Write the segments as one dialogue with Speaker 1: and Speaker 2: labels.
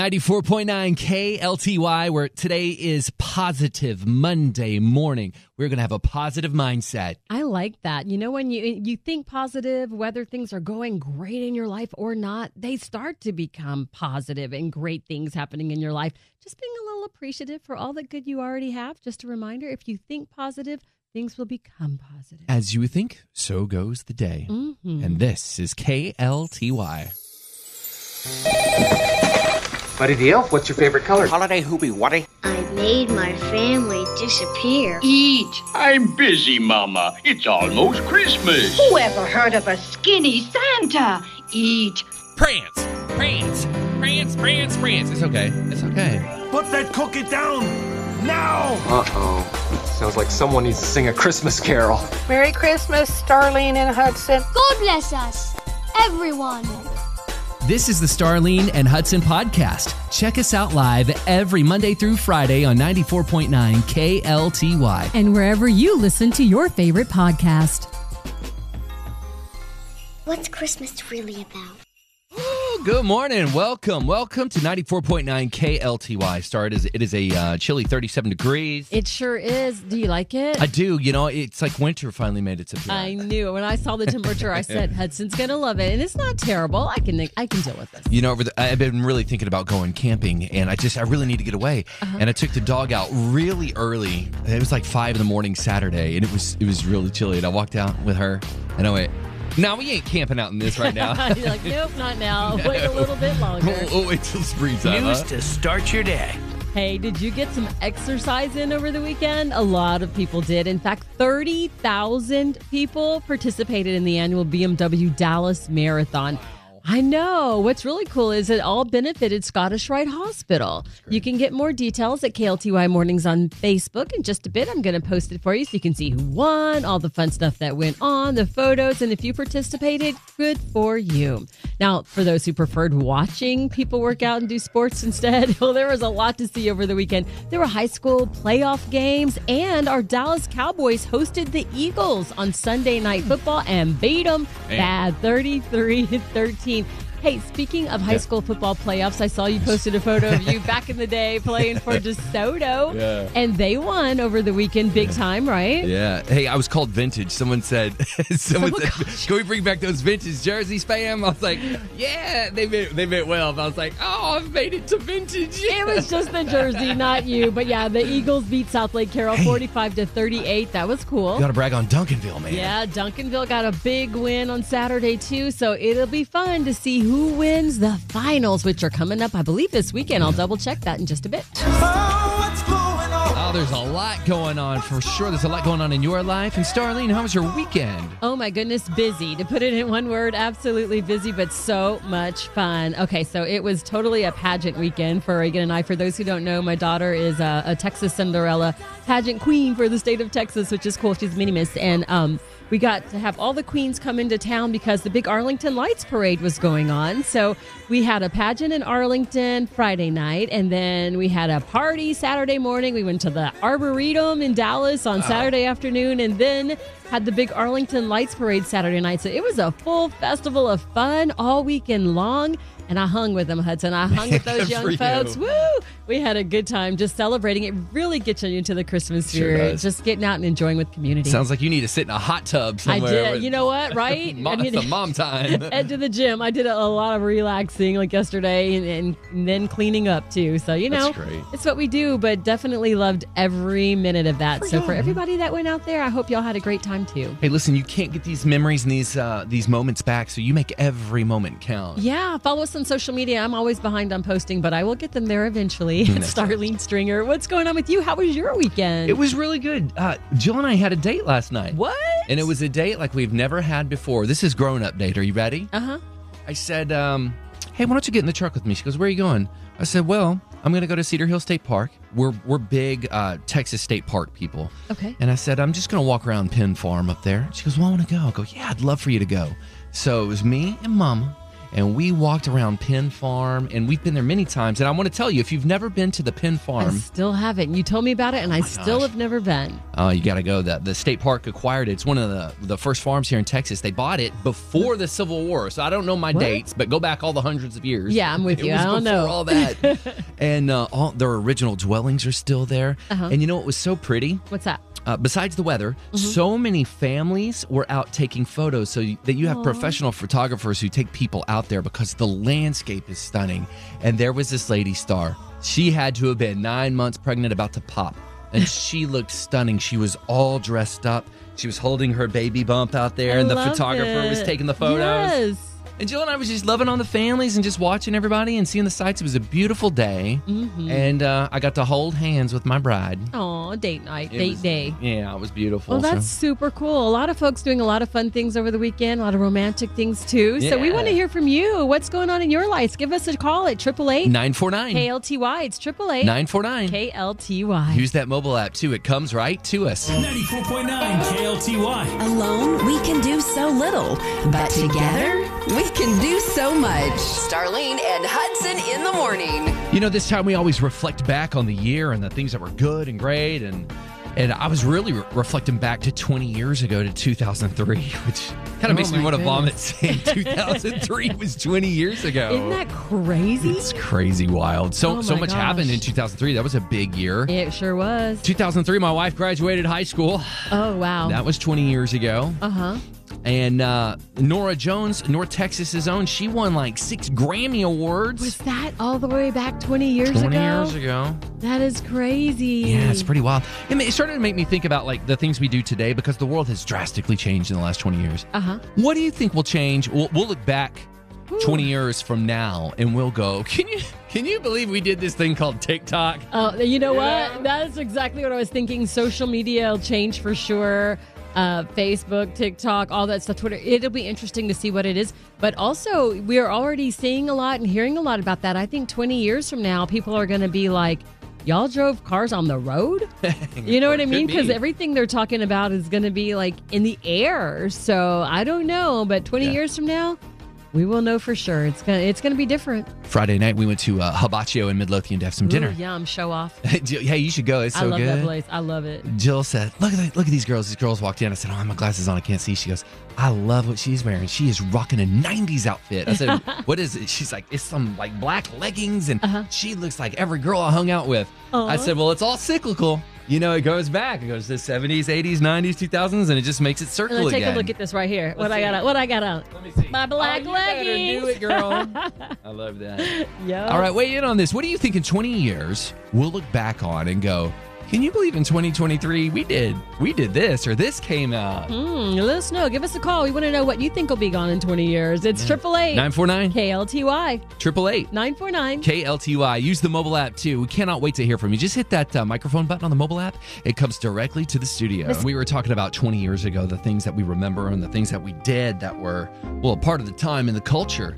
Speaker 1: 94.9 KLTY, where today is Positive Monday morning. We're going to have a positive mindset.
Speaker 2: I like that. You know, when you you think positive, whether things are going great in your life or not, they start to become positive and great things happening in your life. Just being a little appreciative for all that good you already have. Just a reminder: if you think positive, things will become positive.
Speaker 1: As you think, so goes the day.
Speaker 2: Mhm.
Speaker 1: And this is KLTY.
Speaker 3: Buddy Deal, what's your favorite color?
Speaker 4: Holiday hoopy waddy.
Speaker 5: I made my family disappear.
Speaker 6: Eat.
Speaker 7: I'm busy, Mama. It's almost Christmas.
Speaker 6: Who ever heard of a skinny Santa? Eat.
Speaker 1: Prance, prance, prance, prance, prance. It's okay. It's okay.
Speaker 8: Put that cookie down now!
Speaker 3: Uh oh. Sounds like someone needs to sing a Christmas carol.
Speaker 9: Merry Christmas, Starlene and Hudson.
Speaker 10: God bless us, everyone.
Speaker 1: This is the Starlene and Hudson podcast. Check us out live every Monday through Friday on 94.9 KLTY.
Speaker 2: And wherever you listen to your favorite podcast.
Speaker 10: What's Christmas really about?
Speaker 1: Ooh, Good morning. Welcome. Welcome to 94.9 KLTY. Star, it is, it is a uh, chilly 37 degrees.
Speaker 2: It sure is. Do you like it?
Speaker 1: I do. You know, it's like winter finally made its appearance.
Speaker 2: I knew when I saw the temperature, I said Hudson's gonna love it, and it's not terrible. I can I can deal with this.
Speaker 1: You know, over the, I've been really thinking about going camping, and I just I really need to get away.
Speaker 2: Uh-huh.
Speaker 1: And I took the dog out really early. It was like five in the morning Saturday, and it was it was really chilly. And I walked out with her, and I went, "No, we ain't camping out in this right now. Oh,
Speaker 2: You're like, nope, not now. Wait a little bit
Speaker 1: we'll,
Speaker 2: longer.
Speaker 1: we'll wait till springtime."
Speaker 8: News
Speaker 1: huh?
Speaker 8: to start your day.
Speaker 2: Hey, did you get some exercise in over the weekend? A lot of people did. In fact, 30,000 people participated in the annual BMW Dallas Marathon. I know. What's really cool is it all benefited Scottish Rite Hospital. You can get more details at KLTY Mornings on Facebook. In just a bit, I'm going to post it for you so you can see who won, all the fun stuff that went on, the photos, and if you participated, good for you. Now, for those who preferred watching people work out and do sports instead, well, there was a lot to see over the weekend. There were high school playoff games, and our Dallas Cowboys hosted the Eagles on Sunday Night Football and beat them bad 33 13. Hey, speaking of high school football playoffs, I saw you posted a photo of you back in the day playing for DeSoto,
Speaker 1: Yeah.
Speaker 2: and they won over the weekend big time, right?
Speaker 1: Yeah. Hey, I was called vintage. Someone said, someone
Speaker 2: Oh,
Speaker 1: said,
Speaker 2: gosh.
Speaker 1: "Can we bring back those vintage jerseys, fam?" I was like, "Yeah, they meant they meant well." But I was like, "Oh, I've made it to vintage."
Speaker 2: It was just the jersey, not you. But yeah, the Eagles beat South Lake Carroll 45 to 38. That was cool.
Speaker 1: Got to brag on Duncanville, man.
Speaker 2: Yeah, Duncanville got a big win on Saturday, too. So it'll be fun to see who wins the finals, which are coming up, I believe, this weekend. I'll double check that in just a bit.
Speaker 1: Oh, there's a lot going on for sure. There's a lot going on in your life. And Starlene, how was your weekend?
Speaker 2: Oh my goodness, busy. To put it in one word, absolutely busy, but so much fun. Okay, so it was totally a pageant weekend for Reagan and I. For those who don't know, my daughter is a, a Texas Cinderella pageant queen for the state of Texas, which is cool. She's mini miss. And um, we got to have all the queens come into town because the big Arlington Lights Parade was going on. So we had a pageant in Arlington Friday night, and then we had a party Saturday morning. We went to the Arboretum in Dallas
Speaker 1: Ah.
Speaker 2: on Saturday afternoon, and then had the big Arlington Lights Parade Saturday night. So it was a full festival of fun all weekend long. And I hung with them, Hudson. I hung with those
Speaker 1: Good for
Speaker 2: young
Speaker 1: you.
Speaker 2: folks. Woo! We had a good time just celebrating. It really gets you into the Christmas
Speaker 1: Sure
Speaker 2: spirit.
Speaker 1: does.
Speaker 2: just getting out and enjoying with community.
Speaker 1: Sounds like you need to sit in a hot tub
Speaker 2: I
Speaker 1: somewhere.
Speaker 2: did.
Speaker 1: with-
Speaker 2: You know what? Right?
Speaker 1: Mom,
Speaker 2: I mean-
Speaker 1: it's a mom time.
Speaker 2: and to the gym. I did a, a lot of relaxing like yesterday and, and, and then cleaning up too. So, you know,
Speaker 1: That's great.
Speaker 2: it's what we do, but definitely loved every minute of that. so, for everybody that went out there, I hope y'all had a great time too.
Speaker 1: hey, listen, you can't get these memories and these uh, these moments back, so you make every moment count.
Speaker 2: Yeah, follow us on social media. I'm always behind on posting, but I will get them there eventually. It's Starlene Stringer. What's going on with you? How was your weekend?
Speaker 1: It was really good. Uh, Jill and I had a date last night.
Speaker 2: what?
Speaker 1: And it was a date like we've never had before. This is grown up date. Are you ready?
Speaker 2: Uh huh.
Speaker 1: I said, um, "Hey, why don't you get in the truck with me?" She goes, "Where are you going?" I said, "Well, I'm going to go to Cedar Hill State Park. We're we're big uh, Texas State Park people."
Speaker 2: Okay.
Speaker 1: And I said, "I'm just going to walk around Penn Farm up there." She goes, "Well, I want to go." I go, "Yeah, I'd love for you to go." So it was me and Mama and we walked around Penn Farm, and we've been there many times. And I want to tell you, if you've never been to the Penn
Speaker 2: I
Speaker 1: Farm,
Speaker 2: still haven't. You told me about it,
Speaker 1: Oh
Speaker 2: and I still have never been.
Speaker 1: uh, you got to go. That the state park acquired it. It's one of the the first farms here in Texas. They bought it before the Civil War, so I don't know my
Speaker 2: What?
Speaker 1: dates, but go back all the hundreds of years.
Speaker 2: Yeah, I'm with
Speaker 1: It
Speaker 2: you.
Speaker 1: was
Speaker 2: I don't
Speaker 1: before
Speaker 2: know.
Speaker 1: all that, and uh, all their original dwellings are still there.
Speaker 2: Uh-huh.
Speaker 1: And you know what was so pretty?
Speaker 2: What's that?
Speaker 1: uh, besides the weather,
Speaker 2: Mm-hmm.
Speaker 1: so many families were out taking photos so you, that you have professional photographers who take people out there because the landscape is stunning. And there was this lady star. She had to have been nine months pregnant, about to pop. And she looked stunning. She was all dressed up. She was holding her baby bump out there,
Speaker 2: I
Speaker 1: and the
Speaker 2: love
Speaker 1: photographer was
Speaker 2: it.
Speaker 1: taking the photos.
Speaker 2: Yes.
Speaker 1: And Jill and I was just loving on the families and just watching everybody and seeing the sights. It was a beautiful day.
Speaker 2: Mm-hmm.
Speaker 1: And uh, I got to hold hands with my bride.
Speaker 2: Oh, date night,
Speaker 1: It
Speaker 2: date
Speaker 1: was-
Speaker 2: day.
Speaker 1: Yeah, it was beautiful.
Speaker 2: Well,
Speaker 1: so-
Speaker 2: that's super cool. A lot of folks doing a lot of fun things over the weekend, a lot of romantic things too. So we
Speaker 1: Yeah.
Speaker 2: want to hear from you. What's going on in your lives? Give us a call at 888
Speaker 1: 949.
Speaker 2: KLTY. It's 888
Speaker 1: 949.
Speaker 2: KLTY.
Speaker 1: Use that mobile app too. It comes right to us.
Speaker 8: 94.9 KLTY.
Speaker 4: Alone, we can do so little, but together, we can do so much. Starlene and Hudson in the morning.
Speaker 1: You know, this time we always reflect back on the year and the things that were good and great and and I was really re- reflecting back to 20 years ago to 2003, which kind of makes me
Speaker 2: Oh my
Speaker 1: want to
Speaker 2: goodness.
Speaker 1: vomit saying 2003 was 20 years ago.
Speaker 2: Isn't that crazy?
Speaker 1: it's crazy wild. So
Speaker 2: Oh
Speaker 1: so
Speaker 2: my
Speaker 1: much
Speaker 2: gosh.
Speaker 1: happened in 2003. That was a big year.
Speaker 2: It sure was.
Speaker 1: 2003 my wife graduated high school.
Speaker 2: Oh, wow.
Speaker 1: That was 20 years ago.
Speaker 2: Uh huh.
Speaker 1: And uh, Nora Jones, North Texas's own, she won like six Grammy Awards.
Speaker 2: Was that all the way back 20 years
Speaker 1: 20
Speaker 2: ago?
Speaker 1: years ago.
Speaker 2: That is crazy.
Speaker 1: Yeah, it's pretty wild. It ma- it started to make me think about like the things we do today because the world has drastically changed in the last 20 years.
Speaker 2: Uh huh.
Speaker 1: What do you think will change? We'll, we'll look back 20 years from now and we'll go, "Can you can you believe we did this thing called TikTok?"
Speaker 2: Oh, you know what? That's exactly what I was thinking. Social media will change for sure. Uh, Facebook, TikTok, all that stuff, Twitter. It'll be interesting to see what it is. But also, we are already seeing a lot and hearing a lot about that. I think 20 years from now, people are going to be like, y'all drove cars on the road? You know what I
Speaker 1: Could
Speaker 2: mean?
Speaker 1: be.
Speaker 2: Because everything they're talking about is going to be like in the air. So I don't know. But 20
Speaker 1: Yeah.
Speaker 2: years from now, we will know for sure. It's going to it's gonna be different.
Speaker 1: Friday night we went to uh, Hibachi in Midlothian to have some
Speaker 2: Ooh,
Speaker 1: dinner.
Speaker 2: yum, show off.
Speaker 1: Jill, hey, you should go. It's so
Speaker 2: I love
Speaker 1: good.
Speaker 2: that place. I love it.
Speaker 1: Jill said, "Look at the, look at these girls." These girls walked in. I said, "Oh, my glasses on. I can't see." She goes, "I love what she's wearing. She is rocking a '90s outfit." I said, "What is it?" She's like, "It's some like black leggings, and she looks like every girl I hung out with." I
Speaker 2: Uh-huh. Aw.
Speaker 1: said, "Well, it's all cyclical. You know, it goes back. It goes to the '70s, '80s, '90s, 2000s, and it just makes it circle
Speaker 2: Let's
Speaker 1: again."
Speaker 2: take a look at this right here. What I got out. What I got out.
Speaker 1: Let me see.
Speaker 2: my black
Speaker 1: oh, you better
Speaker 2: leggings.
Speaker 1: Do it, girl. I love that.
Speaker 2: Yeah.
Speaker 1: All right, weigh in on this. What do you think in 20 years we'll look back on and go, can you believe in 2023 we did we did this or this came out?
Speaker 2: Mm, let us know. Give us a call. We want to know what you think will be gone in 20 years. It's triple eight
Speaker 1: 949
Speaker 2: KLTY
Speaker 1: 888
Speaker 2: 949.
Speaker 1: KLTY. Use the mobile app too. We cannot wait to hear from you. Just hit that uh, microphone button on the mobile app. It comes directly to the studio. We were talking about 20 years ago the things that we remember and the things that we did that were well a part of the time and the culture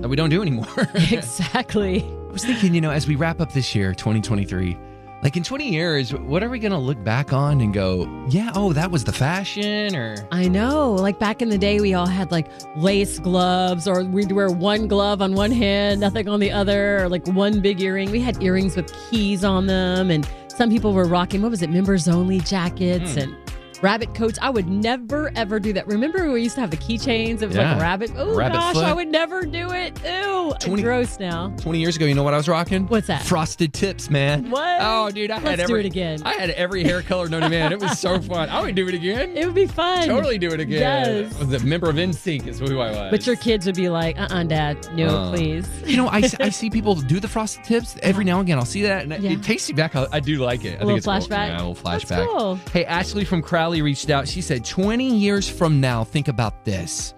Speaker 1: that we don't do anymore.
Speaker 2: Exactly.
Speaker 1: I was thinking, you know, as we wrap up this year, 2023, like in 20 years, what are we going to look back on and go, yeah, oh, that was the fashion or.
Speaker 2: I know. Like back in the day, we all had like lace gloves, or we'd wear one glove on one hand, nothing on the other, or like one big earring. We had earrings with keys on them, and some people were rocking, what was it, members only
Speaker 1: Hmm.
Speaker 2: jackets and rabbit coats. I would never, ever do that. Remember, we used to have the keychains? It was
Speaker 1: Yeah.
Speaker 2: like rabbit. Oh,
Speaker 1: Rabbit
Speaker 2: gosh,
Speaker 1: foot.
Speaker 2: I would never do it. Ew.
Speaker 1: 20
Speaker 2: Gross now.
Speaker 1: 20 years ago, you know what I was rocking?
Speaker 2: What's that?
Speaker 1: Frosted tips, man.
Speaker 2: What?
Speaker 1: Oh, dude, I had
Speaker 2: Let's do
Speaker 1: every
Speaker 2: it again.
Speaker 1: I had every hair color known to man. It was so fun. I would do it again.
Speaker 2: It would be fun.
Speaker 1: totally do it again.
Speaker 2: Yes.
Speaker 1: I was a member of NSYNC is who I was.
Speaker 2: But your kids would be like, uh uh dad, no,
Speaker 1: Uh.
Speaker 2: please.
Speaker 1: you know, I, s- I see people do the frosted tips every now and again. I'll see that, and it-
Speaker 2: Yeah.
Speaker 1: it takes me back. I, I do like it. I
Speaker 2: A
Speaker 1: think
Speaker 2: little
Speaker 1: it's cool.
Speaker 2: flashback?
Speaker 1: Yeah, a little
Speaker 2: That's
Speaker 1: flashback.
Speaker 2: cool.
Speaker 1: Hey, Ashley from Crowley reached out. She said, 20 years from now, think about this.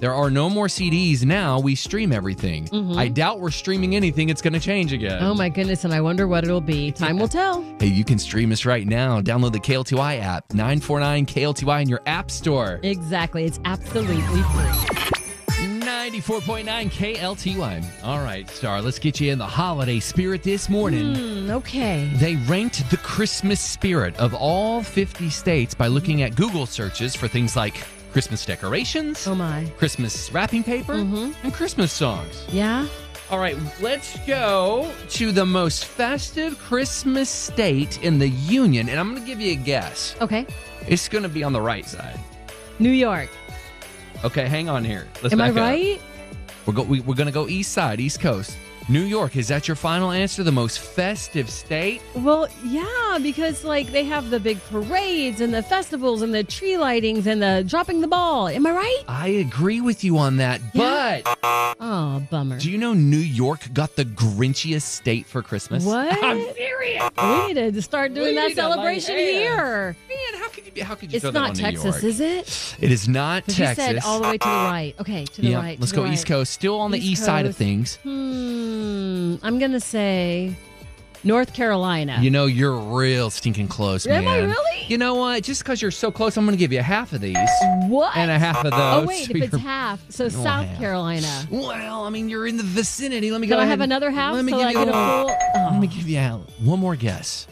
Speaker 1: There are no more CDs now. We stream everything. I doubt we're streaming anything. It's going to change again.
Speaker 2: Mm-hmm. Oh, my goodness. And I wonder what it'll be. Time will tell.
Speaker 1: Hey, you can stream us right now. Download the KLTY app, 949 KLTY in your app store.
Speaker 2: Exactly. It's absolutely free.
Speaker 1: 94.9 KLTY. All right, Star, let's get you in the holiday spirit this morning.
Speaker 2: Mm, okay.
Speaker 1: They ranked the Christmas spirit of all 50 states by looking at Google searches for things like Christmas decorations,
Speaker 2: Oh my.
Speaker 1: Christmas wrapping paper, and Christmas songs.
Speaker 2: Yeah.
Speaker 1: Mm-hmm. All right, let's go to the most festive Christmas state in the Union. And I'm going to give you a guess.
Speaker 2: Okay.
Speaker 1: It's going to be on the right side.
Speaker 2: New York.
Speaker 1: Okay, hang on here. Let's
Speaker 2: Am I
Speaker 1: back up.
Speaker 2: right?
Speaker 1: We're, go- we, we're going to go east side, east coast. New York, is that your final answer? The most festive state?
Speaker 2: Well, yeah, because like they have the big parades and the festivals and the tree lightings and the dropping the ball. Am I right?
Speaker 1: I agree with you on that,
Speaker 2: Yeah.
Speaker 1: but
Speaker 2: Oh, bummer.
Speaker 1: do you know New York got the grinchiest state for Christmas?
Speaker 2: What?
Speaker 1: I'm serious.
Speaker 2: we need to start doing
Speaker 1: We
Speaker 2: that
Speaker 1: need to, like,
Speaker 2: celebration
Speaker 1: yeah.
Speaker 2: here.
Speaker 1: Man, how could you be? How could you
Speaker 2: It's
Speaker 1: throw that
Speaker 2: not
Speaker 1: on
Speaker 2: Texas,
Speaker 1: New York?
Speaker 2: is it?
Speaker 1: It is not
Speaker 2: 'Cause
Speaker 1: Texas.
Speaker 2: You said all the way to the right. Okay, to the
Speaker 1: yeah,
Speaker 2: right. to
Speaker 1: let's
Speaker 2: the
Speaker 1: go
Speaker 2: right.
Speaker 1: east coast. Still on the
Speaker 2: East
Speaker 1: east side of
Speaker 2: coast.
Speaker 1: things.
Speaker 2: Hmm. I'm gonna say North Carolina.
Speaker 1: You know, you're real stinking close,
Speaker 2: Am
Speaker 1: man.
Speaker 2: I really?
Speaker 1: You know what? Just because you're so close, I'm going to give you half of these
Speaker 2: what?
Speaker 1: and a half of those.
Speaker 2: oh wait,
Speaker 1: so
Speaker 2: if it's
Speaker 1: you're-
Speaker 2: half, so South
Speaker 1: half.
Speaker 2: Carolina.
Speaker 1: Well, I mean, you're in the vicinity. Let me
Speaker 2: Can
Speaker 1: go.
Speaker 2: I
Speaker 1: ahead
Speaker 2: have
Speaker 1: and-
Speaker 2: another half
Speaker 1: Let me
Speaker 2: so
Speaker 1: give
Speaker 2: that I
Speaker 1: you
Speaker 2: get a
Speaker 1: one-
Speaker 2: full? Oh.
Speaker 1: Let me give you uh, one more guess.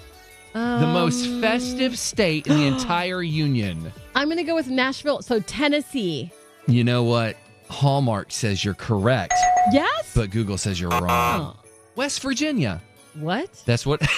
Speaker 1: the most
Speaker 2: Um,
Speaker 1: festive state in the entire union.
Speaker 2: I'm gonna go with Nashville. So Tennessee.
Speaker 1: You know what? Hallmark says you're correct,
Speaker 2: Yes.
Speaker 1: but Google says you're wrong.
Speaker 2: Oh,
Speaker 1: West Virginia.
Speaker 2: what?
Speaker 1: That's what.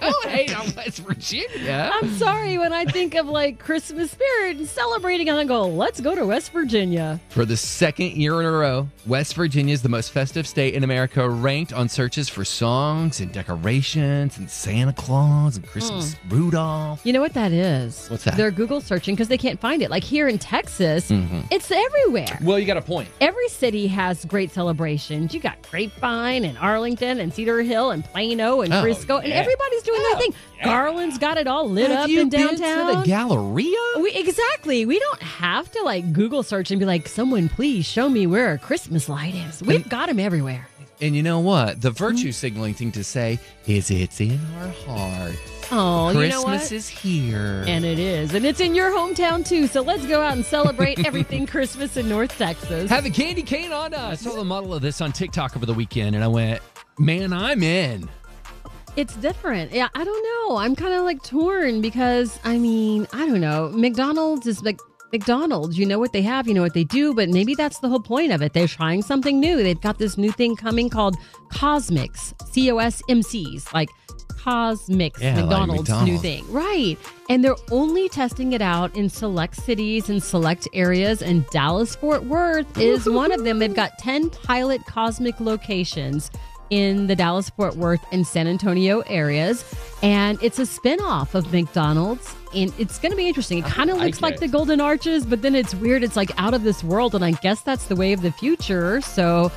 Speaker 1: Don't hate on West Virginia.
Speaker 2: I'm sorry. When I think of like Christmas spirit and celebrating, I go, let's go to West Virginia.
Speaker 1: For the second year in a row, West Virginia is the most festive state in America, ranked on searches for songs and decorations and Santa Claus and Christmas
Speaker 2: Hmm.
Speaker 1: Rudolph.
Speaker 2: You know what that is?
Speaker 1: What's that?
Speaker 2: They're Google searching because they can't find it. Like here in Texas,
Speaker 1: Mhm.
Speaker 2: it's everywhere.
Speaker 1: Well, you got a point.
Speaker 2: Every city has great celebrations. You got Grapevine and Arlington and Cedar Hill and Plano and
Speaker 1: Oh,
Speaker 2: Frisco, and
Speaker 1: yeah. Oh,
Speaker 2: everybody's doing their thing. Garland's got it all lit
Speaker 1: Have
Speaker 2: up
Speaker 1: you
Speaker 2: in
Speaker 1: been
Speaker 2: downtown.
Speaker 1: to the Galleria?
Speaker 2: We exactly. We don't have to like Google search and be like, someone please show me where a Christmas light is. We've 'em got them everywhere.
Speaker 1: And you know what? The virtue signaling thing to say is it's in our heart.
Speaker 2: Oh,
Speaker 1: Christmas
Speaker 2: you know what?
Speaker 1: is here.
Speaker 2: and it is, and it's in your hometown too. So let's go out and celebrate everything Christmas in North Texas.
Speaker 1: Have a candy cane on us. I saw the model of this on TikTok over the weekend and I went, man, I'm in.
Speaker 2: It's different. Yeah, I don't know. I'm kind of like torn because I mean, I don't know. McDonald's is like McDonald's. You know what they have, you know what they do, but maybe that's the whole point of it. They're trying something new. They've got this new thing coming called Cosmics, C O S M C's, like Cosmics,
Speaker 1: Yeah, like
Speaker 2: McDonald's new
Speaker 1: McDonald's.
Speaker 2: thing. Right. And they're only testing it out in select cities and select areas, and Dallas Fort Worth is one of them. They've got 10 pilot Cosmic locations in the Dallas Fort Worth and San Antonio areas. And it's a spinoff of McDonald's. And it's going to be interesting. It kind of looks like the Golden Arches, but then it's weird. It's like out of this world. And I guess that's the way of the future. So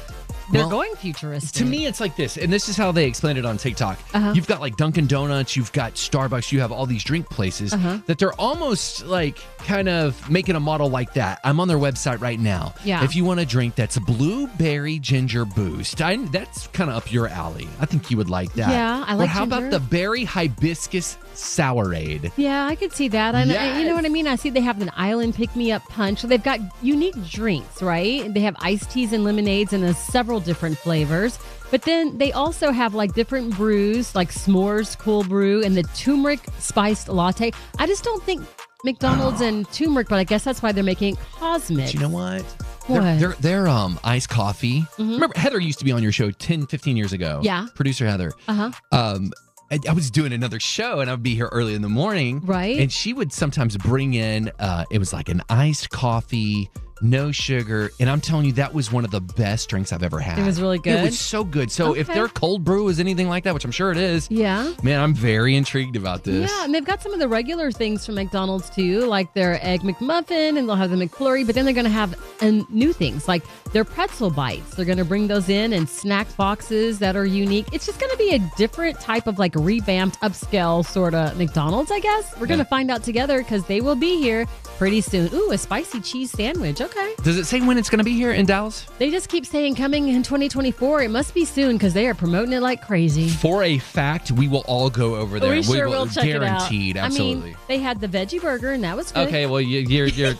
Speaker 2: they're
Speaker 1: Well,
Speaker 2: going futuristic.
Speaker 1: To me, it's like this, and this is how they explained it on TikTok.
Speaker 2: Uh-huh.
Speaker 1: You've got like Dunkin' Donuts, you've got Starbucks, you have all these drink places
Speaker 2: Uh-huh.
Speaker 1: that they're almost like kind of making a model like that. I'm on their website right now.
Speaker 2: Yeah.
Speaker 1: If you want a drink that's blueberry ginger boost, I, that's kind of up your alley. I think you would like that.
Speaker 2: Yeah, I
Speaker 1: Or
Speaker 2: like
Speaker 1: how about the
Speaker 2: ginger.
Speaker 1: berry hibiscus sourade?
Speaker 2: Yeah, I could see that. And I, you know what I mean? I see they have an island pick me up punch. So they've got unique drinks, right? They have iced teas and lemonades and uh, several different flavors. But then they also have like different brews, like s'mores cool brew and the turmeric spiced latte. I just don't think McDonald's and turmeric, but I guess that's why they're making it cosmic.
Speaker 1: Oh. Do you know what?
Speaker 2: What? Mm-hmm.
Speaker 1: Their, their, their um iced coffee. Remember Heather used to be on your show 10, 15 years ago.
Speaker 2: Yeah.
Speaker 1: Producer Heather.
Speaker 2: Uh-huh.
Speaker 1: Um I, I was doing another show and I would be here early in the morning.
Speaker 2: Right.
Speaker 1: And she would sometimes bring in uh it was like an iced coffee, no sugar. And I'm telling you, that was one of the best drinks I've ever had.
Speaker 2: It was really
Speaker 1: It
Speaker 2: good?
Speaker 1: was so good. So if
Speaker 2: Okay.
Speaker 1: their cold brew is anything like that, which I'm sure it is,
Speaker 2: Yeah.
Speaker 1: man, I'm very intrigued about this.
Speaker 2: Yeah, and they've got some of the regular things from McDonald's too, like their egg McMuffin and they'll have the McFlurry, but then they're going to have um, new things like their pretzel bites. They're going to bring those in and snack boxes that are unique. It's just going to be a different type of like revamped, upscale sort of McDonald's, I guess. We're going to
Speaker 1: Yeah.
Speaker 2: find out together because they will be here pretty soon. Ooh, a spicy cheese sandwich. Okay.
Speaker 1: Does it say when it's gonna be here in Dallas?
Speaker 2: They just keep saying coming in 2024. It must be soon because they are promoting it like crazy.
Speaker 1: For a fact, we will all go over there.
Speaker 2: We sure will check it out.
Speaker 1: guaranteed, absolutely.
Speaker 2: I mean, they had the veggie burger and that was good.
Speaker 1: Okay, well you, you're you're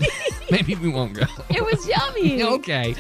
Speaker 1: Maybe we won't go.
Speaker 2: It was yummy.
Speaker 1: okay.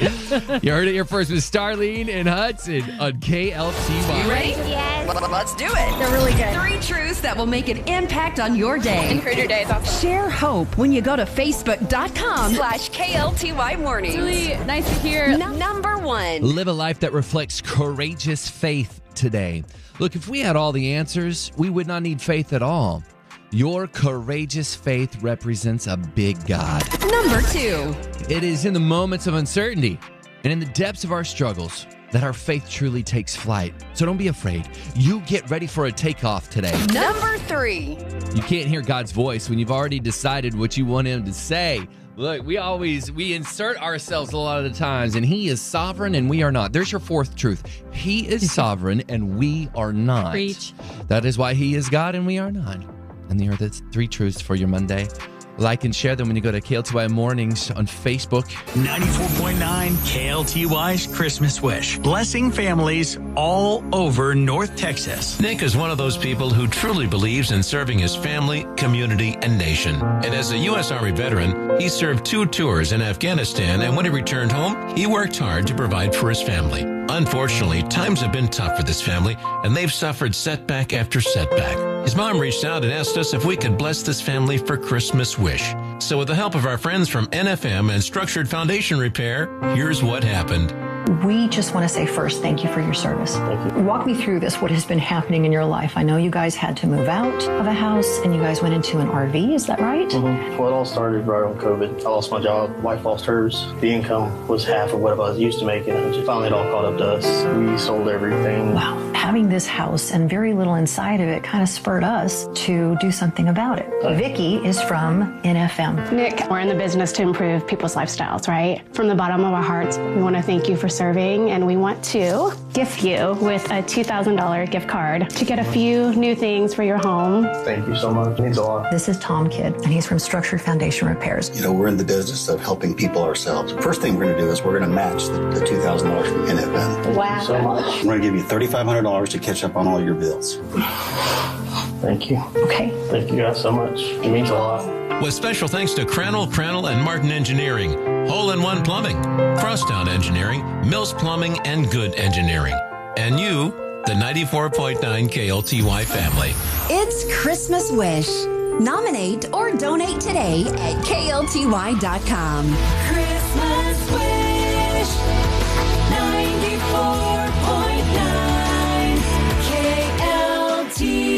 Speaker 1: You heard it here first with Starlene and Hudson on KLTY.
Speaker 4: You ready?
Speaker 10: Yes.
Speaker 4: Well, Let's do it.
Speaker 10: They're really good.
Speaker 4: Three truths that will make an impact on your day.
Speaker 10: Improve your days off.
Speaker 4: Share hope when you go to facebook.com slash KLTY mornings.
Speaker 2: Really nice to hear.
Speaker 4: Number one.
Speaker 1: Live a life that reflects courageous faith today. Look, if we had all the answers, we would not need faith at all. Your courageous faith represents a big God.
Speaker 4: Number two.
Speaker 1: It is in the moments of uncertainty and in the depths of our struggles that our faith truly takes flight. So don't be afraid. You get ready for a takeoff today.
Speaker 4: Number three.
Speaker 1: You can't hear God's voice when you've already decided what you want Him to say. Look, we always we insert ourselves a lot of the times, and He is sovereign, and we are not. There's your fourth truth: He is sovereign, and we are not.
Speaker 2: Preach.
Speaker 1: That is why He is God, and we are not. And there are the three truths for your Monday. Like and share them when you go to KLTY Mornings on Facebook.
Speaker 8: 94.9 KLTY's Christmas Wish. Blessing families all over North Texas.
Speaker 11: Nick is one of those people who truly believes in serving his family, community, and nation. And as a U.S. Army veteran, he served two tours in Afghanistan, and when he returned home, he worked hard to provide for his family. Unfortunately, times have been tough for this family, and they've suffered setback after setback. His mom reached out and asked us if we could bless this family for Christmas wish. So, with the help of our friends from NFM and Structured Foundation Repair, here's what happened.
Speaker 12: We just want to say first, thank you for your service. Walk me through this, what has been happening in your life. I know you guys had to move out of a house and you guys went into an RV, is that right?
Speaker 13: Well, it all started right on COVID. I lost my job, wife lost hers. The income was half of what I was used to making, and just finally it all caught up to us. We sold everything.
Speaker 12: Wow. Having this house and very little inside of it kind of spurred us to do something about it. Vicky is from NFM.
Speaker 14: Nick, we're in the business to improve people's lifestyles, right? From the bottom of our hearts, we want to thank you for serving and we want to gift you with a $2,000 gift card to get a few new things for your home.
Speaker 13: Thank you so much. It means a lot.
Speaker 12: This is Tom Kidd, and he's from Structured Foundation Repairs.
Speaker 15: You know, we're in the business of helping people ourselves. First thing we're going to do is we're going to match the, the $2,000 from NFM.
Speaker 13: Wow. So much.
Speaker 15: We're going to give you $3,500 to catch up on all your bills.
Speaker 13: Thank you.
Speaker 12: Okay.
Speaker 13: Thank you guys so much. It means a lot.
Speaker 11: with special thanks to Cranell, Cranell and Martin Engineering, Hole in One Plumbing, Crosstown Engineering, Mills Plumbing, and Good Engineering. And you, the 94.9 KLTY family.
Speaker 4: It's Christmas Wish. Nominate or donate today at KLTY.com. Christmas Wish 94.9 KLTY.